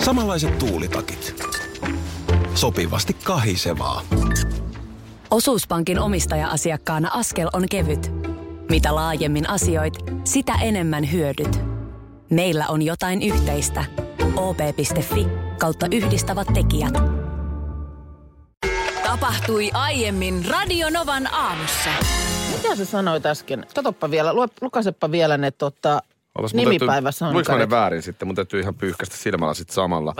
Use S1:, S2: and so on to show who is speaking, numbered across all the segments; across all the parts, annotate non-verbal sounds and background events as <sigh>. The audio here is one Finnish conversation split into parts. S1: Samanlaiset tuulitakit. Sopivasti kahisevaa.
S2: Osuuspankin omistaja-asiakkaana askel on kevyt. Mitä laajemmin asioit, sitä enemmän hyödyt. Meillä on jotain yhteistä. op.fi kautta yhdistävät tekijät. Tapahtui aiemmin Radionovan aamussa.
S3: Mitä sä sanoit äsken? Katoppa vielä, lue, lukasepa vielä ne tota,
S4: Olas mun
S3: nimipäivässä
S4: täytyy-
S3: on.
S4: Luinko mä ne väärin sitten? Mun täytyy ihan pyyhkäistä silmällä sitten samalla.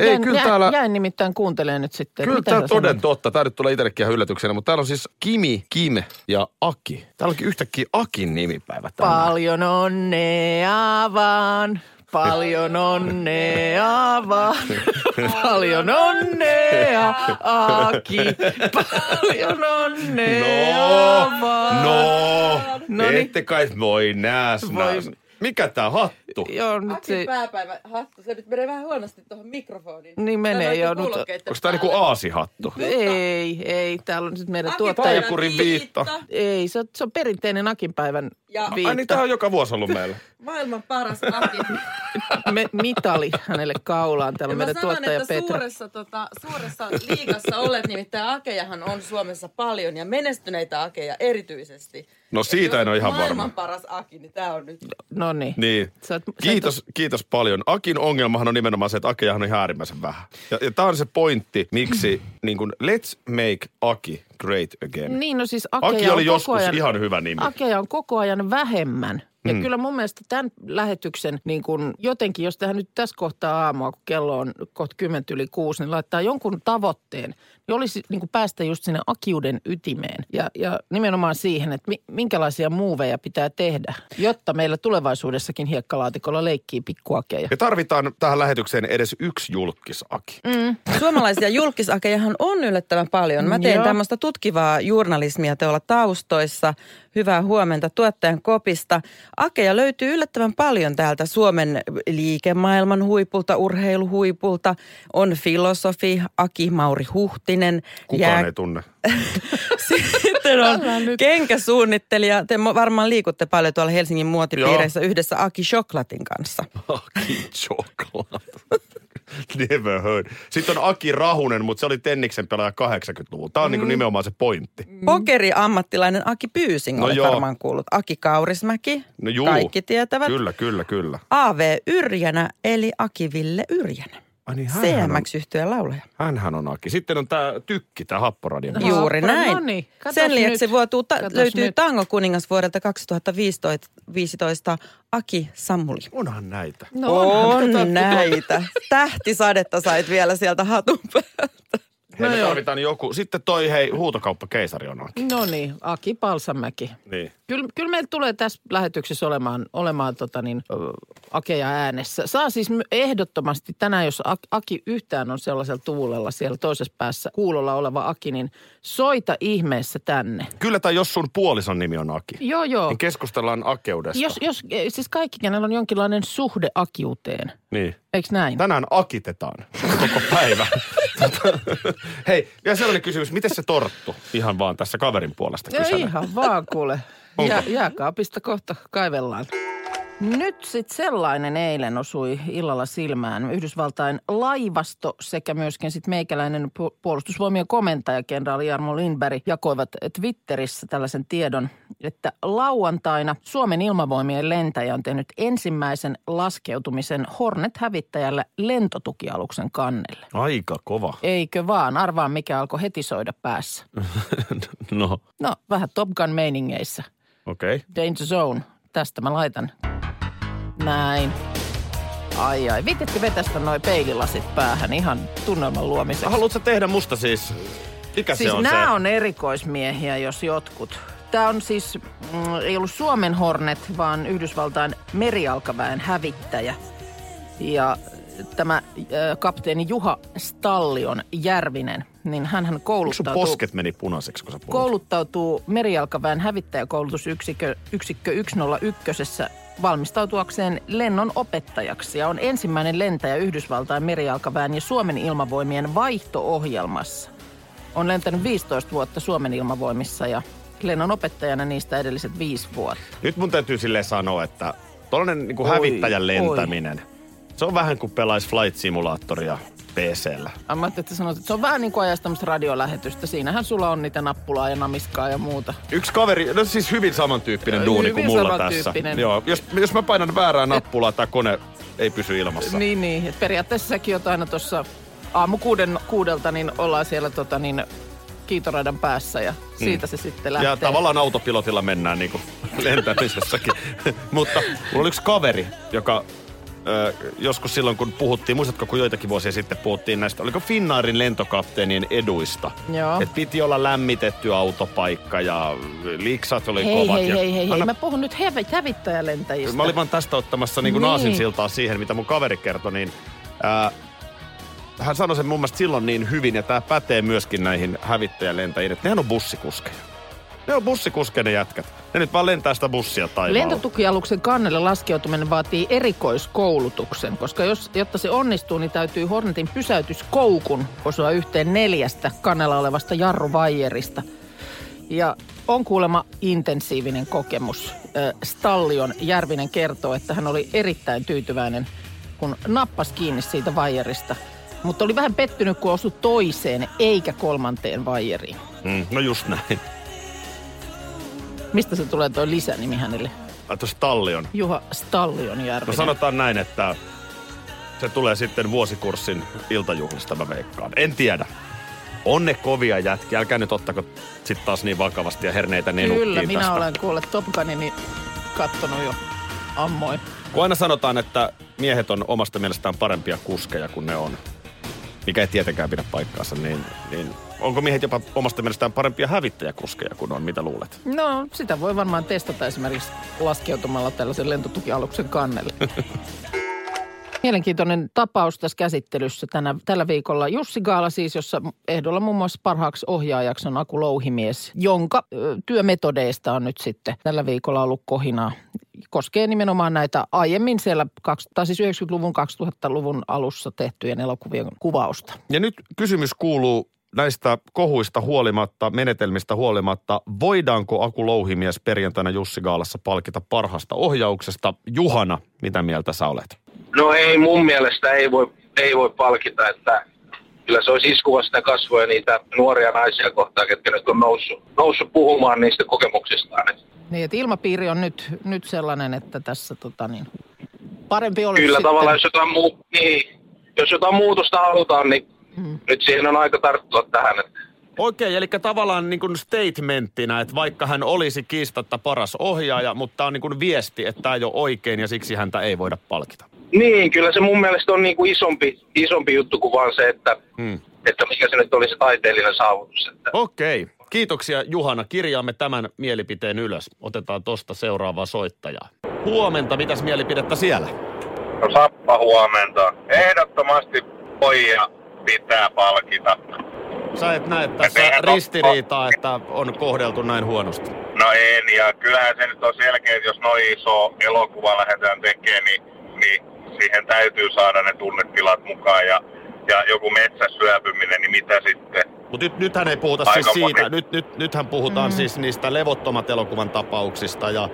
S4: Ei,
S3: jäin,
S4: kyllä
S3: jä-
S4: täällä-
S3: Jäin nimittäin kuuntelemaan nyt sitten.
S4: Kyllä
S3: mitä
S4: tämä
S3: sä sanoit?
S4: toden totta. Tämä nyt tulee itsellekin ihan yllätyksenä, mutta täällä on siis Kimi, Kim ja Aki. Täällä onkin yhtäkkiä Akin nimipäivä tänään.
S3: Paljon onnea vaan. Paljon onnea vaan. Paljon onnea, Aki. Paljon onnea vaan.
S4: no,
S3: No niin.
S4: kai voi nääs,
S3: Voi-
S4: nääs. Mikä tää hattu?
S3: Joo, nyt
S5: Aki
S3: se...
S5: pääpäivä hattu. Se nyt menee vähän huonosti tuohon mikrofoniin.
S3: Niin menee
S5: Sanoitte
S3: jo nyt.
S5: kuulokkeitten
S4: Onko tää niinku
S5: päälle.
S4: aasihattu?
S3: Ei, ei. Täällä on nyt meidän
S5: Akin
S3: tuottaja.
S5: päivän
S4: Taikurin viitta.
S3: Ei, se on, se on perinteinen Akinpäivän
S5: Ja
S3: viitta.
S4: Ai niin, tää on joka vuosi ollut meillä.
S5: maailman paras
S3: <laughs>
S5: Aki.
S3: Me, mitali hänelle kaulaan. Täällä
S5: Ja
S3: on
S5: mä
S3: meidän
S5: sanon,
S3: tuottaja
S5: että
S3: Petra.
S5: suuressa, tota, suuressa liigassa olet, nimittäin akejahan on Suomessa paljon ja menestyneitä akeja erityisesti.
S4: No
S5: Et
S4: siitä
S5: jos
S4: en ole
S5: on
S4: ihan varma.
S5: Maailman paras Aki, niin tää on nyt.
S3: No niin.
S4: Niin.
S3: Sä oot- sä et
S4: Kiitos, kiitos paljon. Akin ongelmahan on nimenomaan se, että Akiahan on ihan äärimmäisen vähän. Ja, ja tämä on se pointti, miksi <clears throat> niin kun, let's make Aki great again.
S3: Niin, no siis Akeja
S4: Aki
S3: on
S4: oli
S3: koko
S4: joskus
S3: ajan,
S4: ihan hyvä nimi. Mm.
S3: Akeja on koko ajan vähemmän. Ja kyllä mun mielestä tämän lähetyksen niin kun jotenkin, jos tähän nyt tässä kohtaa aamua, kun kello on kohta 10 yli kuusi, niin laittaa jonkun tavoitteen, niin olisi niin kuin päästä just sinne akiuden ytimeen. Ja, ja nimenomaan siihen, että mi, minkälaisia muuveja pitää tehdä, jotta meillä tulevaisuudessakin hiekkalaatikolla leikkii pikkuakeja.
S4: Ja tarvitaan tähän lähetykseen edes yksi julkis Aki. Mm.
S6: Suomalaisia julkisakejahan on yllättävän paljon. Mä teen
S3: Joo.
S6: tämmöistä tutkivaa journalismia teolla taustoissa. Hyvää huomenta tuottajan kopista. Akeja löytyy yllättävän paljon täältä Suomen liikemaailman huipulta, urheiluhuipulta. On filosofi Aki Mauri Huhtinen.
S4: Kukaan
S6: jää- <laughs>
S4: ei tunne.
S6: sitten on kenkäsuunnittelija. Te mo- varmaan liikutte paljon tuolla Helsingin muotipiireissä yhdessä Aki Choklatin kanssa.
S4: Aki Chocolate. <laughs> Never heard. Sitten on Aki Rahunen, mutta se oli Tenniksen pelaaja 80-luvulla. Tämä on mm. niin nimenomaan se pointti.
S6: Pokeri-ammattilainen Aki Pyysing
S4: No
S6: no olet
S4: joo.
S6: varmaan kuullut. Aki Kaurismäki,
S4: No juu.
S6: kaikki tietävät.
S4: Kyllä, kyllä, kyllä.
S6: AV Yrjänä, eli Aki Ville Yrjänä.
S4: Ai niin, hänhän on,
S6: cmx yhtyeen laulaja.
S4: hänhän on Aki. Sitten on tämä tykki, tämä happoradio.
S3: No,
S6: Juuri
S3: Haapra,
S6: näin.
S3: no niin, katos
S6: Sen lisäksi
S3: nyt,
S6: vuotu, ta-
S3: katos
S6: löytyy
S3: nyt.
S6: Tango kuningas vuodelta 2015 Aki Sammuli.
S4: Onhan näitä.
S3: No
S6: <laughs>
S3: onhan, kato,
S6: on näitä. Tähtisadetta sait vielä sieltä hatun päältä.
S4: Hei, me tarvitaan joku. Sitten toi, hei, huutokauppa keisari on Aki.
S3: No niin, Aki Palsamäki.
S4: Niin.
S3: Kyllä, kyllä meillä tulee tässä lähetyksessä olemaan, olemaan tota niin, ö, akeja äänessä. Saa siis my- ehdottomasti tänään, jos A- Aki yhtään on sellaisella tuulella siellä toisessa päässä kuulolla oleva Aki, niin soita ihmeessä tänne.
S4: Kyllä, tai jos sun puolison nimi on Aki,
S3: Joo, joo.
S4: niin keskustellaan akeudesta.
S3: Jos, jos, e, siis kaikki, kenellä on jonkinlainen suhde akiuteen,
S4: Niin.
S3: eikö näin?
S4: Tänään akitetaan <laughs> koko päivä. Tota, hei, vielä sellainen kysymys. Miten se torttu? Ihan vaan tässä kaverin puolesta
S3: No
S4: kyselen.
S3: ihan vaan kuule.
S4: Onko?
S3: Jää, jääkaapista kohta kaivellaan. Nyt sitten sellainen eilen osui illalla silmään. Yhdysvaltain laivasto sekä myöskin sitten meikäläinen pu- puolustusvoimien komentaja kenraali Jarmo Lindberg jakoivat Twitterissä tällaisen tiedon, että lauantaina Suomen ilmavoimien lentäjä on tehnyt ensimmäisen laskeutumisen Hornet-hävittäjällä lentotukialuksen kannelle.
S4: Aika kova.
S3: Eikö vaan? Arvaa, mikä alkoi heti soida päässä.
S4: <laughs> No,
S3: No, vähän Top Gun meiningeissä.
S4: okei. Okay.
S3: Danger Zone. Tästä mä laitan. Näin. Ai ai, vititkö vetästä noi peililasit päähän ihan tunnelman luomiseksi?
S4: Haluatko sä tehdä musta siis? Mikä
S3: siis
S4: se on
S3: nämä
S4: se?
S3: on erikoismiehiä, jos jotkut. Tämä on siis, mm, ei ollut Suomen Hornet, vaan Yhdysvaltain merialkaväen hävittäjä. Ja tämä ö, kapteeni Juha Stallion Järvinen, niin hän
S4: Miksi sun
S3: kouluttaa
S4: posket meni punaiseksi, kun sä puhut?
S3: kouluttautuu merijalkaväen hävittäjäkoulutusyksikkö yksikkö 101 valmistautuakseen lennon opettajaksi ja on ensimmäinen lentäjä Yhdysvaltain merijalkaväen ja Suomen ilmavoimien vaihto-ohjelmassa. On lentänyt 15 vuotta Suomen ilmavoimissa ja lennon opettajana niistä edelliset viisi vuotta.
S7: niinku
S4: Nyt mun täytyy silleen sanoa, että tollanen niin
S3: Oi,
S4: hävittäjän
S3: oi.
S4: lentäminen, Se on vähän kuin pelaisi Flight Simulaattoria PCllä.
S3: Ai Mä ajattelin, että sanoit, että se on vähän niin kuin ajaisi tämmöistä radiolähetystä. Siinähän sulla on niitä nappulaa ja namiskaa ja muuta.
S7: Yksi kaveri, no siis hyvin samantyyppinen
S3: Joo,
S7: duuni kuin
S3: hyvin
S7: mulla tässä.
S3: samantyyppinen.
S7: Joo, jos, jos mä painan väärää nappulaa, tämä kone ei pysy ilmassa.
S3: Niin, niin. Et periaatteessa säkin oot aina tuossa aamu kuuden, kuudelta, niin ollaan siellä tota, niin, kiitoradan päässä ja siitä se sitten lähtee.
S4: Mm. Ja tavallaan autopilotilla mennään niin kuin lentämisessäkin. <laughs> Mutta mulla oli yksi kaveri, joka ö, joskus silloin, kun puhuttiin, muistatko, kun joitakin vuosia sitten puhuttiin näistä, oliko Finnaarin lentokapteenien eduista?
S3: Joo.
S4: Et piti olla lämmitetty autopaikka ja liksat oli
S3: Hei,
S4: kovat.
S3: hei,
S4: ja
S3: hei, hei, hei.
S4: Anna-
S3: Mä puhun nyt hevä- hävittäjälentäjistä.
S4: Mä olin vaan tästä ottamassa niin kuin
S3: Niin.
S4: niin. aasinsiltaa siihen, mitä mun kaveri kertoi, niin ää, hän sanoi sen mun mielestä silloin niin hyvin, ja tämä pätee myöskin näihin hävittäjälentäjiin, että nehän on bussikuskeja. Ne on bussikuskeja ne jätkät. Ne nyt vaan lentää sitä bussia taivaalla.
S3: Lentotukialuksen kannelle laskeutuminen vaatii erikoiskoulutuksen, koska jos, jotta se onnistuu, niin täytyy Hornetin pysäytyskoukun osua yhteen neljästä kannella olevasta jarruvaijerista. Ja on kuulemma intensiivinen kokemus. Ö, Stallion Järvinen kertoo, että hän oli erittäin tyytyväinen, kun nappasi kiinni siitä vaijerista. Mutta oli vähän pettynyt, kun osui toiseen eikä kolmanteen vaijeriin.
S4: Mm, no just näin.
S3: Mistä se tulee toi lisänimi hänelle?
S4: Tuossa tallion.
S3: Juha Stallion Järvinen.
S4: No sanotaan näin, että se tulee sitten vuosikurssin iltajuhlista, mä veikkaan. En tiedä. On ne kovia jätkiä. Älkää nyt ottako sit taas niin vakavasti ja herneitä nenukkiin
S3: Kyllä, minä
S4: Niin tästä.
S3: olen kuule Top Gunini kattonut jo ammoin.
S4: Kun aina sanotaan, että miehet on omasta mielestään parempia kuskeja kuin ne on, mikä ei tietenkään pidä paikkaansa, niin, niin onko miehet jopa omasta mielestään parempia hävittäjäkuskeja kuin on, mitä luulet?
S3: No, sitä voi varmaan testata esimerkiksi laskeutumalla tällaisen lentotukialuksen kannelle. Mielenkiintoinen tapaus tässä käsittelyssä tänä, tällä viikolla. Jussi Gaala siis, jossa ehdolla muun muassa parhaaksi ohjaajaksi on Aku Louhimies, jonka ö, työmetodeista on nyt sitten tällä viikolla ollut kohinaa. Koskee nimenomaan näitä aiemmin siellä, kaks- tai siis 90-luvun, 2000-luvun alussa tehtyjen elokuvien kuvausta.
S7: Ja nyt kysymys kuuluu näistä kohuista huolimatta, menetelmistä huolimatta, voidaanko Aku Louhimies perjantaina Jussi Gaalassa palkita parhaasta ohjauksesta? Juhana, mitä mieltä sä olet?
S8: No ei mun mielestä ei voi, ei voi palkita, että kyllä se olisi iskuva sitä kasvoja niitä nuoria naisia kohtaan, ketkä nyt on noussut, noussut puhumaan niistä kokemuksistaan. Et
S3: Niin, että ilmapiiri on nyt, nyt sellainen, että tässä tota niin, parempi olla
S8: Kyllä
S3: sitten.
S8: tavallaan, jos jotain, muu, niin, jos jotain muutosta halutaan, niin mm. nyt siihen on aika tarttua tähän. Että
S4: Okei, eli tavallaan niin kuin statementtina, että vaikka hän olisi kiistatta paras ohjaaja, mutta tämä on niin kuin viesti, että tämä ei ole oikein ja siksi häntä ei voida palkita.
S8: Niin, kyllä se mun mielestä on niinku isompi, isompi juttu kuin vaan se, että,
S4: Hmm.
S8: hmm. että mikä se nyt oli se taiteellinen saavutus. Että.
S4: Okei, kiitoksia Juhana. Kirjaamme tämän mielipiteen ylös. Otetaan tosta seuraavaa soittajaa. Huomenta, mitäs mielipidettä siellä?
S8: No Sappa huomenta. Ehdottomasti pojia pitää palkita.
S4: Sä et näe tässä
S8: Eihän ole-
S4: ristiriitaa, että on kohdeltu näin huonosti.
S8: No en, ja kyllähän se nyt on selkeä, että jos noin iso elokuva lähdetään tekemään, niin, niin siihen täytyy saada ne tunnetilat mukaan ja, ja joku metsäsyöpyminen, niin mitä sitten?
S4: Mutta nyt, nythän ei puhuta
S8: Aika
S4: siis siitä.
S8: moni.
S4: Nyt, nyt, nythän puhutaan mm. siis niistä levottomat elokuvan tapauksista ja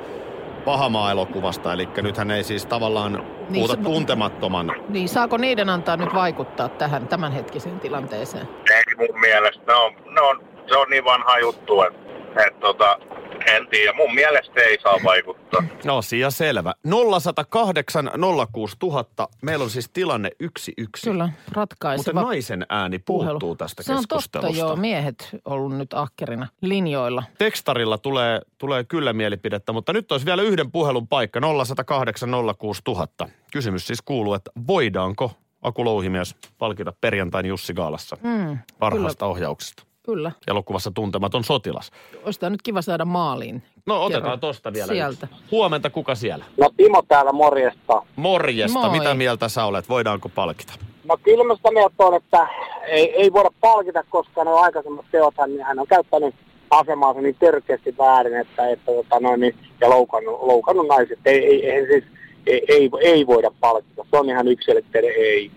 S4: pahamaa-elokuvasta. Eli nythän ei siis tavallaan puhuta
S3: Niin se-
S4: tuntemattoman.
S3: Niin, saako niiden antaa nyt vaikuttaa tähän tämänhetkiseen tilanteeseen?
S8: Ei mun mielestä, ne on, ne on, se on niin vanha juttu, että et, tota, en tiedä, mun mielestä ei saa vaikuttaa.
S4: No, asia selvä. 0108 06000. Meillä on siis tilanne 11.
S3: Kyllä,
S4: Mutta
S3: ratkaiseva
S4: naisen ääni puuttuu tästä
S3: Se on totta,
S4: keskustelusta.
S3: joo. Miehet ollut nyt ahkerina linjoilla.
S4: Tekstarilla tulee, tulee kyllä mielipidettä, mutta nyt olisi vielä yhden puhelun paikka 0806000. Kysymys siis kuuluu, että voidaanko Aku Louhimies palkita perjantain Jussi Gaalassa
S3: Mm,
S4: parhaasta ohjauksesta?
S3: kyllä.
S4: Elokuvassa Tuntematon sotilas.
S3: Olisi tämä nyt kiva saada maaliin.
S4: No otetaan
S3: Kerro.
S4: tosta vielä
S3: Sieltä.
S4: yksi. Huomenta, kuka siellä?
S9: No Timo täällä morjesta.
S4: Morjesta,
S3: Moi.
S4: mitä mieltä sä olet? Voidaanko palkita?
S9: No kyllä mä sitä mieltä on, että ei, ei voida palkita, koska nuo aikaisemmat teothan, niin hän on käyttänyt asemaansa niin törkeästi väärin, että, että tota noin, niin, ja loukannut, loukannut naiset. Ei, ei, ei, siis, ei, ei, ei, voida palkita. Se on ihan yksilitteinen ei.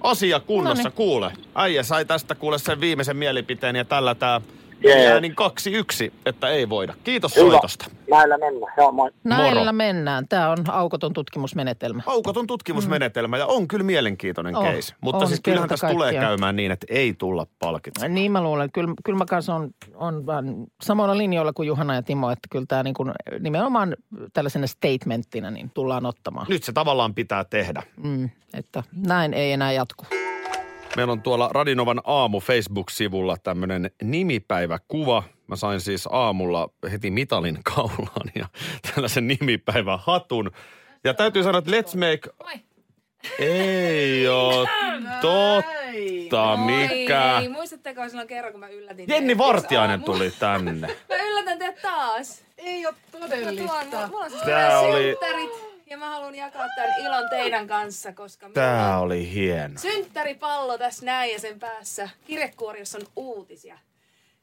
S4: Asia kunnossa,
S3: Noniin.
S4: kuule. Äijä sai tästä kuule sen viimeisen mielipiteen ja tällä tämä
S9: Jee.
S4: jää niin kaksi yksi, että ei voida. Kiitos
S9: Hyvä.
S4: soitosta.
S9: Näillä mennään. Joo, moi.
S3: Näillä mennään. Tämä on aukoton tutkimusmenetelmä.
S4: Aukoton tutkimusmenetelmä ja on kyllä mielenkiintoinen
S3: On,
S4: case. Mutta
S3: on
S4: siis kyllähän
S3: kerta
S4: tässä tulee
S3: kaikkiaan.
S4: käymään niin, että ei tulla palkitsemaan.
S3: Niin mä luulen. Kyllä, kyllä mä kanssa on, on vähän samoilla linjoilla kuin Juhana ja Timo, että kyllä tämä niin kuin, nimenomaan tällaisena statementtina niin tullaan ottamaan.
S4: Nyt se tavallaan pitää tehdä.
S3: Mm, että näin ei enää jatku.
S4: Meillä on tuolla Radinovan aamu Facebook-sivulla tämmöinen nimipäiväkuva. Mä sain siis aamulla heti mitalin kaulaan ja <laughs> tällaisen nimipäivän hatun. Ja täytyy sanoa, että let's make... Ei oo totta, mikä...
S10: Ei, muistatteko silloin kerran, kun mä yllätin
S4: Jenni
S10: teidät yksi
S4: Vartiainen
S10: aamu?
S4: tuli tänne.
S10: Mä yllätän teidät taas.
S3: Ei ole
S10: Mä tuon, mulla, mulla on siis
S4: Tää
S10: tää
S4: oli-
S10: oli... synttärit ja mä haluan jakaa tämän ilon teidän kanssa, koska
S4: Tää oli hieno.
S10: synttäripallo tässä näin ja sen päässä kirjekuori, jossa on uutisia.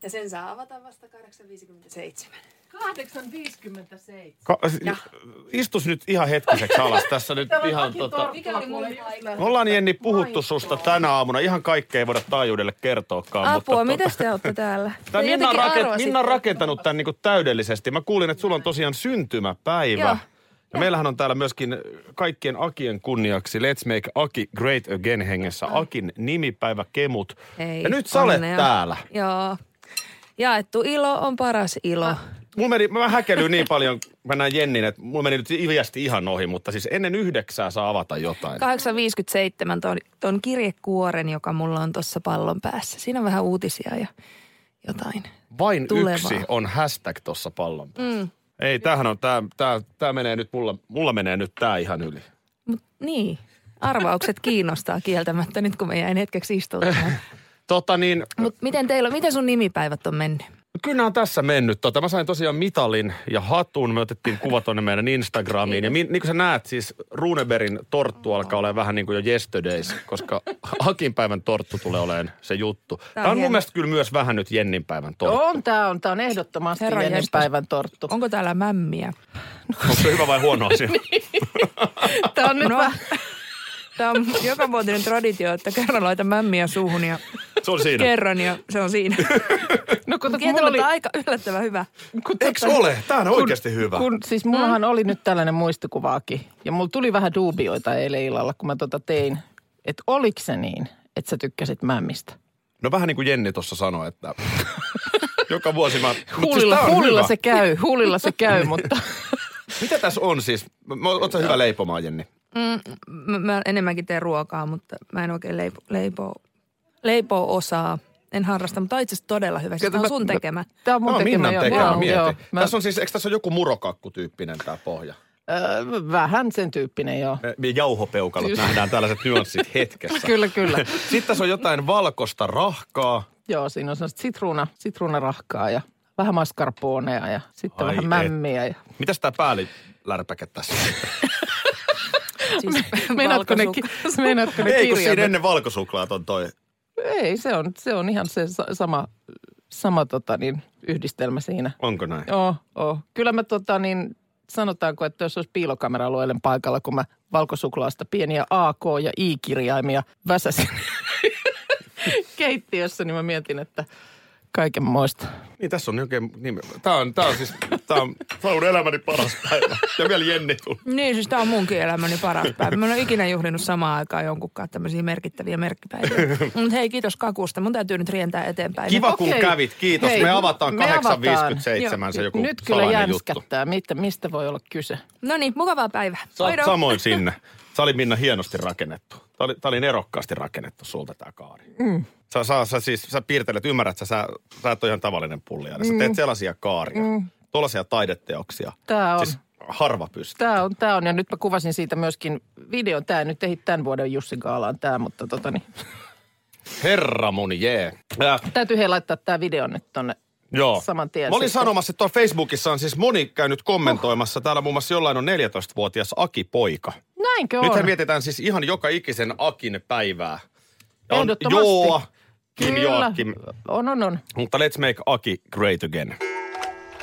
S10: Ja sen saa avata vasta 8.57.
S3: 857.
S4: Ka- istus nyt ihan hetkiseksi alas. Tässä nyt ihan tota...
S10: Mikä oli mun paikka?
S4: Me ollaan Jenni puhuttu susta tänä aamuna. Ihan kaikkea ei voida taajuudelle kertoakaan.
S10: Apua,
S4: mutta
S10: mitäs te olette
S4: <laughs>
S10: täällä?
S4: Tämä
S10: Te
S4: Minna,
S10: jotenkin
S4: raken,
S10: arvasitte.
S4: Minna on rakentanut tämän niin kuin täydellisesti. Mä kuulin, että sulla on tosiaan syntymäpäivä.
S10: Joo.
S4: Ja meillähän on täällä myöskin kaikkien Akien kunniaksi Let's Make Aki Great Again hengessä Akin nimipäivä Kemut.
S10: Hei,
S4: ja nyt sä olet
S10: onnea.
S4: täällä.
S10: Joo. Jaettu ilo on paras ilo.
S4: Mulla meni, mä häkelyin niin paljon, mä näin Jennin, että mulla meni nyt iviästi ihan ohi, mutta siis ennen yhdeksää saa avata jotain.
S10: 8.57 ton, ton kirjekuoren, joka mulla on tuossa pallon päässä. Siinä on vähän uutisia ja jotain.
S4: Vain
S10: Tulevaa.
S4: yksi on hashtag tuossa pallon päässä. Mm. Ei, tämähän on, tää, tää, tää menee nyt, mulla, mulla menee nyt tää ihan yli.
S10: Mut niin, arvaukset kiinnostaa kieltämättä nyt, kun mä jäin hetkeksi istumaan.
S4: Tota niin,
S10: Mutta miten teillä, miten sun nimipäivät on mennyt?
S4: Kyllä on tässä mennyt. Tota, mä sain tosiaan mitalin ja hatun. Me otettiin kuva tuonne meidän Instagramiin. Ja mi- niin kuin sä näet, siis Runeberin torttu alkaa olemaan vähän niin kuin jo yesterdays, koska Akin päivän torttu tulee olemaan se juttu. Tämä on, mun
S10: hieno.
S4: mielestä kyllä myös vähän nyt Jennin päivän torttu.
S3: On, tämä on, tää on ehdottomasti
S10: Herran
S3: Jennin
S10: jestas.
S3: päivän torttu.
S10: Onko täällä mämmiä?
S4: Onko se hyvä vai huono asia?
S10: Tämä on nyt no. Tämä on joka vuotinen traditio, että kerran laita mämmiä suuhun ja
S4: Se on siinä.
S10: kerran ja se on siinä.
S3: No kato, kun mulla
S10: Kieltämättä
S3: oli...
S10: oli... aika yllättävän hyvä.
S3: Kun
S4: Eikö
S3: tota-
S4: ole? Tämä on oikeasti hyvä.
S3: Kun, siis mullahan oli nyt tällainen muistikuvaakin. Ja mulla tuli vähän duubioita eilen illalla, kun mä tota tein. Että oliko se niin, että sä tykkäsit mämmistä?
S4: No vähän niin kuin Jenni tuossa sanoi, että <laughs> joka vuosi mä... Mut siis
S3: Huulilla,
S4: tää on
S3: huulilla
S4: hyvä.
S3: se käy, huulilla se
S4: <laughs>
S3: käy, mutta...
S4: Mitä tässä on siis? Oletko hyvä leipomaan, Jenni?
S10: Mm, Mä, mä enemmänkin teen ruokaa, mutta mä en oikein leipo, leipo, leipo osaa. En harrasta, mutta on itse asiassa todella hyvä. Siis tää on sun
S3: no.
S10: tekemä.
S3: Tämä on mun
S4: Tämä on
S3: tekemä,
S4: Minnan
S3: joo.
S4: tekemä,
S3: Joo,
S4: mieti.
S3: joo. Mä,
S4: Tässä on siis, eikö tässä ole joku murokakkutyyppinen tämä pohja?
S3: öö, vähän sen tyyppinen, joo.
S4: Me- me jauhopeukalot
S3: Just.
S4: nähdään tällaiset <laughs> nyanssit hetkessä.
S3: Kyllä, kyllä.
S4: <laughs> Sitten tässä on jotain valkoista rahkaa.
S3: joo, siinä on sellaista sitruuna, sitruunarahkaa ja vähän mascarponea ja sitten
S4: Ai
S3: vähän
S4: et.
S3: mämmiä. Ja...
S4: Mitäs tämä päälilärpäke tässä?
S10: Siis
S3: <laughs> Meinaatko ne, ki- <laughs>
S10: valkosukka.
S3: meinaatko ne
S4: Ei, kun
S3: kirjaimet?
S4: siinä ennen valkosuklaat on toi.
S3: Ei, se on, se on ihan se sa- sama, sama tota niin, yhdistelmä siinä.
S4: Onko näin?
S3: Joo, joo. Oh, Kyllä mä tota niin, sanotaanko, että jos olisi piilokamera ollut eilen paikalla, kun mä valkosuklaasta pieniä AK ja I-kirjaimia väsäsin <laughs> keittiössä, niin mä mietin, että kaiken moista.
S4: Niin tässä on oikein, niin, tää on, tää on siis, tää on, <laughs> tää on elämäni paras päivä. Ja vielä Jenni tuli.
S10: Niin, siis tää on munkin elämäni paras päivä. Mä en ole ikinä juhlinut samaan aikaan jonkunkaan tämmöisiä merkittäviä merkkipäiviä. Mutta hei, kiitos kakusta. Mun täytyy nyt rientää eteenpäin.
S4: Kiva kun
S3: Okei.
S4: kävit, kiitos.
S3: Hei,
S4: me avataan
S3: me avataan.
S4: 8.57 se joku
S3: Nyt kyllä
S4: salainen juttu.
S3: jänskättää, mitä, mistä voi olla kyse.
S10: No niin, mukavaa päivää.
S4: Sä oot
S10: Moido.
S3: <laughs>
S4: samoin sinne. Sä oli Minna hienosti rakennettu. Tää oli, tää oli nerokkaasti rakennettu sulta tää kaari. Mm. Sä, sä, sä, siis, sä piirtelet, ymmärrät sä, sä, sä et ole ihan tavallinen pullia. Sä teet sellaisia kaaria, mm. tuollaisia taideteoksia.
S3: Tää on.
S4: Siis harva pystyy.
S3: Tämä on, tämä on, ja nyt mä kuvasin siitä myöskin videon. Tämä nyt ehdi tämän vuoden Jussi Gaalaan tämä, mutta tota niin.
S4: Herra mun jee. Äh,
S3: Täytyy hei laittaa tämä video nyt tonne
S4: joo.
S3: saman tien. siis.
S4: Mä olin
S3: sitten.
S4: sanomassa, että tuolla Facebookissa on siis moni käynyt kommentoimassa. Täällä muun muassa jollain on 14-vuotias Aki-poika.
S3: Näinkö on?
S4: Nythän mietitään siis ihan joka ikisen Akin päivää. Ja on
S3: Ehdottomasti.
S4: Joa, Kim
S3: Kyllä.
S4: Joakim.
S3: On, on, on.
S4: Mutta let's make Aki great again.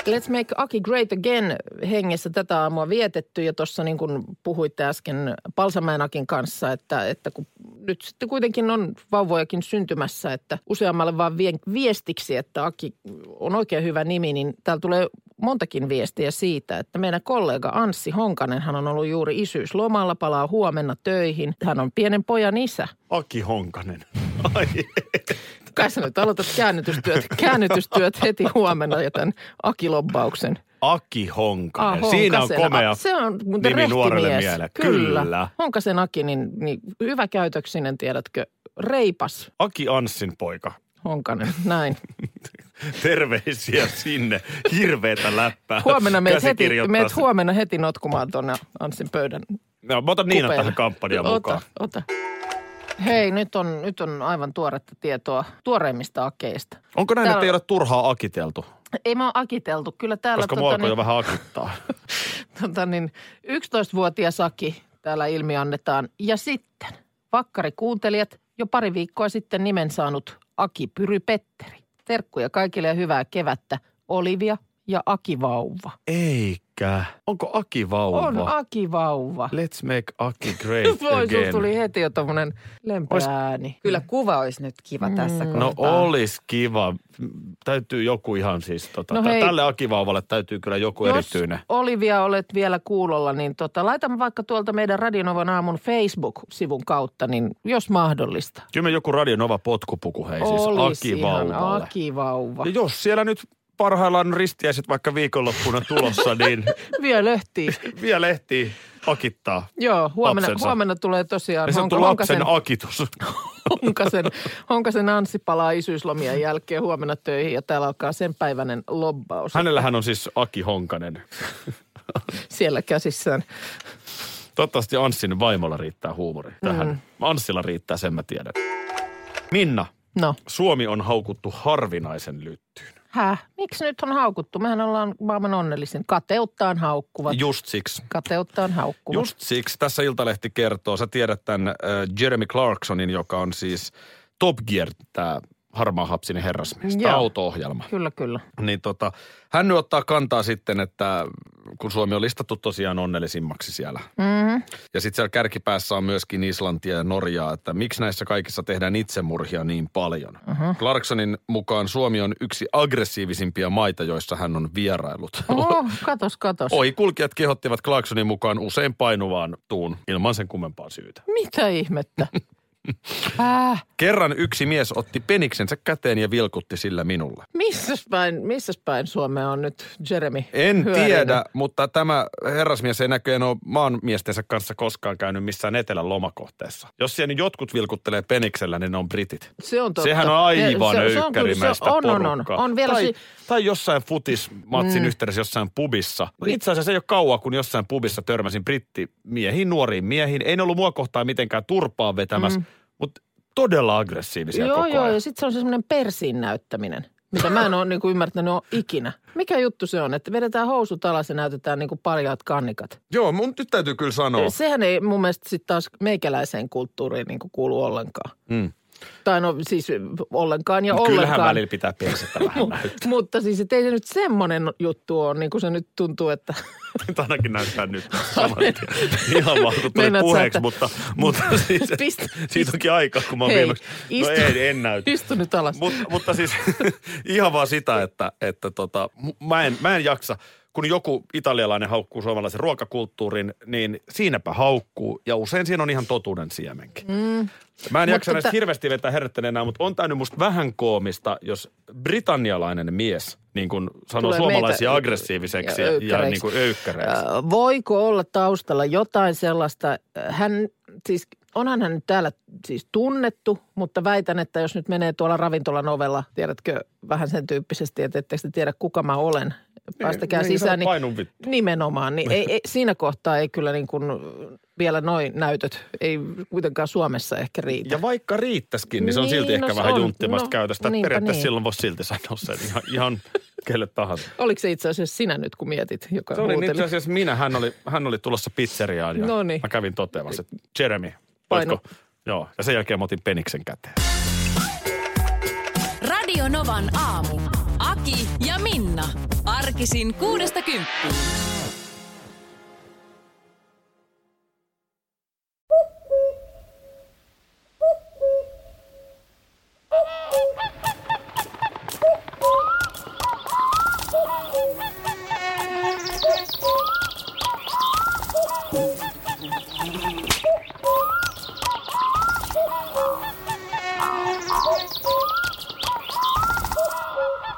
S3: Let's make Aki great again hengessä tätä aamua vietetty ja tuossa niin kuin puhuitte äsken Palsamäen Akin kanssa, että, että kun nyt sitten kuitenkin on vauvojakin syntymässä, että useammalle vaan vien viestiksi, että Aki on oikein hyvä nimi, niin täällä tulee montakin viestiä siitä, että meidän kollega Anssi Honkanen, hän on ollut juuri isyyslomalla, palaa huomenna töihin. Hän on pienen pojan isä.
S4: Aki Honkanen. Ai,
S3: Kai sä nyt aloitat käännytystyöt, käännytystyöt heti huomenna ja tämän akilobbauksen.
S4: Aki Honkanen.
S3: Ah,
S4: Siinä on
S3: Honkasen.
S4: komea
S3: Ah, Se on muuten
S4: nimi
S3: rehti
S4: nuorelle
S3: mies.
S4: miehelle.
S3: Kyllä. Honkasen Aki, niin, niin hyvä käytöksinen, tiedätkö, reipas
S4: Aki Anssin poika.
S3: Honkanen, <laughs> näin.
S4: Terveisiä sinne. Hirveetä läppää.
S3: Huomenna meet heti,
S4: Käsikirjoittaa
S3: meet
S4: sen.
S3: huomenna heti notkumaan tuonne Anssin pöydän
S4: No, mä otan Niina
S3: kupeelle.
S4: tähän kampanjaan mukaan.
S3: Ota, ota. Hei, nyt on, nyt on aivan tuoretta tietoa tuoreimmista akeista.
S4: Onko näin,
S3: Täällä-
S4: että ei ole turhaa akiteltu?
S3: Ei mä oon akiteltu. Kyllä täällä
S4: Koska mua
S3: tota,
S4: alkoi jo
S3: niin,
S4: vähän akittaa.
S3: <laughs> tota, niin, 11-vuotias Aki täällä ilmi annetaan. Ja sitten vakkarikuuntelijat, jo pari viikkoa sitten nimen saanut Aki Pyry Petteri. Terkkuja kaikille ja hyvää kevättä. Olivia ja Aki Vauva.
S4: Eikä. Onko Aki vauva?
S3: On Aki Vauva.
S4: Let's make Aki great
S3: <laughs> Voi, sul
S4: again.
S3: tuli heti jo tommonen Mm. lempääni.
S6: Kyllä kuva olisi nyt kiva tässä
S4: No
S6: kohtaa.
S4: olis kiva. M, Täytyy joku ihan siis, tota,
S3: No
S4: no
S3: hei.
S4: tälle Aki vauvalle täytyy kyllä joku
S3: Jos
S4: erityinen.
S3: Olivia olet vielä kuulolla, niin tota, laitamme vaikka tuolta meidän Radionovan aamun Facebook-sivun kautta, niin jos mahdollista.
S4: Kyllä me joku Radionova potkupuku hei siis
S3: Olisi
S4: Aki
S3: ihan
S4: vauvalle.
S3: Aki Vauva.
S4: Ja jos siellä nyt parhaillaan on ristiäiset vaikka viikonloppuna tulossa, niin
S3: Vielä lehtii.
S4: vielä ehtii akittaa.
S3: Joo, huomenna,
S4: Lapsensa.
S3: huomenna tulee tosiaan
S4: Ja se on
S3: Honka-
S4: lapsen
S3: Honkasen,
S4: akitus.
S3: <laughs> Honkasen, Honkasen Anssi palaa isyyslomien jälkeen huomenna töihin ja täällä alkaa sen päiväinen lobbaus
S4: Hänellähän on siis Aki Honkanen.
S3: siellä käsissään.
S4: Toivottavasti Anssin vaimolla riittää huumori tähän.
S3: Mm.
S4: Anssilla riittää, sen mä tiedän. Minna,
S3: No,
S4: Suomi on haukuttu harvinaisen lyttyyn.
S3: häh? Miksi nyt on haukuttu? Mehän ollaan maailman onnellisin. Kateuttaan haukkuvat.
S4: Just siksi.
S3: Kateuttaan haukkuvat.
S4: Just siksi. Tässä Iltalehti kertoo, sä tiedät tämän äh, Jeremy Clarksonin, joka on siis Top Gear, tämä harmaahapsinen herrasmies, tämä
S3: Joo.
S4: auto-ohjelma.
S3: Kyllä, kyllä.
S4: Niin tota, hän nyt ottaa kantaa sitten, että kun Suomi on listattu tosiaan onnellisimmaksi siellä.
S3: Mm-hmm.
S4: Ja sitten siellä kärkipäässä on myöskin Islantia ja Norjaa, että miksi näissä kaikissa tehdään itsemurhia niin paljon.
S3: Mhm.
S4: Clarksonin mukaan Suomi on yksi aggressiivisimpia maita, joissa hän on vierailut.
S3: Oho, Oh, katos, katos. Oi.
S4: Ohi kulkijat kehottivat Clarksonin mukaan usein painuvaan tuun ilman sen kummempaa syytä.
S3: Mitä
S4: <laughs>
S3: ihmettä? Äh,
S4: Kerran yksi mies otti peniksensä käteen ja vilkutti sillä minulle.
S3: missäs päin, missäs päin Suomea on nyt Jeremy
S4: En
S3: Hyörinen?
S4: tiedä, mutta tämä herrasmies ei näköjään ole maanmiestensä kanssa koskaan käynyt missään etelän lomakohteessa. Jos siellä nyt jotkut vilkuttelee peniksellä, niin ne on britit.
S3: Se on totta.
S4: Sehän on aivan
S3: Se-
S4: se,
S3: se on kyllä- se
S4: öykkärimäistä
S3: on, on, on,
S4: porukkaa.
S3: on. vielä
S4: tai,
S3: si-
S4: tai jossain futismatsin mm. yhteydessä jossain pubissa. No Itse asiassa ei ole kauan, kun jossain pubissa törmäsin brittimiehiin, nuoriin miehiin. Ei ne ollut mua kohtaan mitenkään turpaan vetämässä, mm. mutta todella aggressiivisia
S3: Joo,
S4: koko
S3: joo,
S4: ajan.
S3: ja sitten se on semmoinen persiin näyttäminen, mitä mä en ole niinku ymmärtänyt ole ikinä. Mikä juttu se on, että vedetään housut alas ja näytetään niinku paljaat kannikat?
S4: joo, mun nyt täytyy kyllä sanoa.
S3: No. Sehän ei mun mielestä sitten taas meikäläiseen kulttuuriin niinku kuulu ollenkaan.
S4: Mm.
S3: Tai no siis ollenkaan ja
S4: Kyllähän
S3: ollenkaan.
S4: välillä pitää pieksettä vähän näyttää.
S3: Mutta siis, että ei se nyt semmoinen juttu ole, niin kuin se nyt tuntuu, että
S4: Nyt ainakin
S3: <laughs>
S4: näyttää nyt saman tien. Ihan vaan, kun tuli
S3: Meinaat sä,
S4: puheeksi,
S3: että-
S4: mutta,
S3: <laughs>
S4: mutta siis,
S3: Pist-
S4: siitä onkin aika, kun mä oon
S3: Hei,
S4: viimeksi. No
S3: istu-
S4: ei, en näytä.
S3: istu nyt alas.
S4: Mut, mutta siis <laughs> ihan vaan sitä, että, että tota, mu- mä, en, mä en jaksa. Kun joku italialainen haukkuu suomalaisen ruokakulttuurin, niin siinäpä haukkuu. Ja usein siinä on ihan totuuden siemenkin. Mm. Mä en jaksa
S3: Mutta
S4: näistä
S3: tä-
S4: hirveästi vetää herrettäneen enää, mutta on tää nyt musta vähän koomista, jos britannialainen mies niin kun sanoo
S3: Tulee
S4: suomalaisia
S3: meitä-
S4: aggressiiviseksi
S3: ja
S4: ja, ja,
S3: öykkäreiksi.
S4: niin kuin öykkäreiksi.
S3: Äh, Voiko olla taustalla jotain sellaista? äh, Hän siis, onhan hän nyt täällä siis tunnettu, mutta väitän, että jos nyt menee tuolla ravintolan ovella, tiedätkö vähän sen tyyppisesti, että ettekö te tiedä kuka mä olen, päästäkää
S4: niin,
S3: sisään.
S4: sano painun vittu.
S3: nimenomaan, niin ei, ei, siinä kohtaa ei kyllä niin kuin vielä noin näytöt, ei kuitenkaan Suomessa ehkä riitä.
S4: Ja vaikka riittäisikin, niin se on
S3: Niin,
S4: silti
S3: no
S4: ehkä
S3: se
S4: vähän
S3: on.
S4: junttimasta
S3: No,
S4: käytöstä. Että
S3: niinpä
S4: periaatteessa
S3: niin.
S4: silloin voisi silti sanoa sen ihan, ihan kelle tahansa.
S3: Oliko se itse asiassa sinä nyt, kun mietit, joka
S4: Se oli niin
S3: huuteli?
S4: itse asiassa minä, hän oli, hän oli tulossa pizzeriaan ja
S3: Noniin.
S4: mä kävin toteamassa, että Jeremy,
S3: Paino.
S4: olisiko? Joo, ja sen jälkeen mä otin peniksen käteen.
S2: Radio Novan aamu. Aki ja Minna. Arkisin kuudesta kymppiin.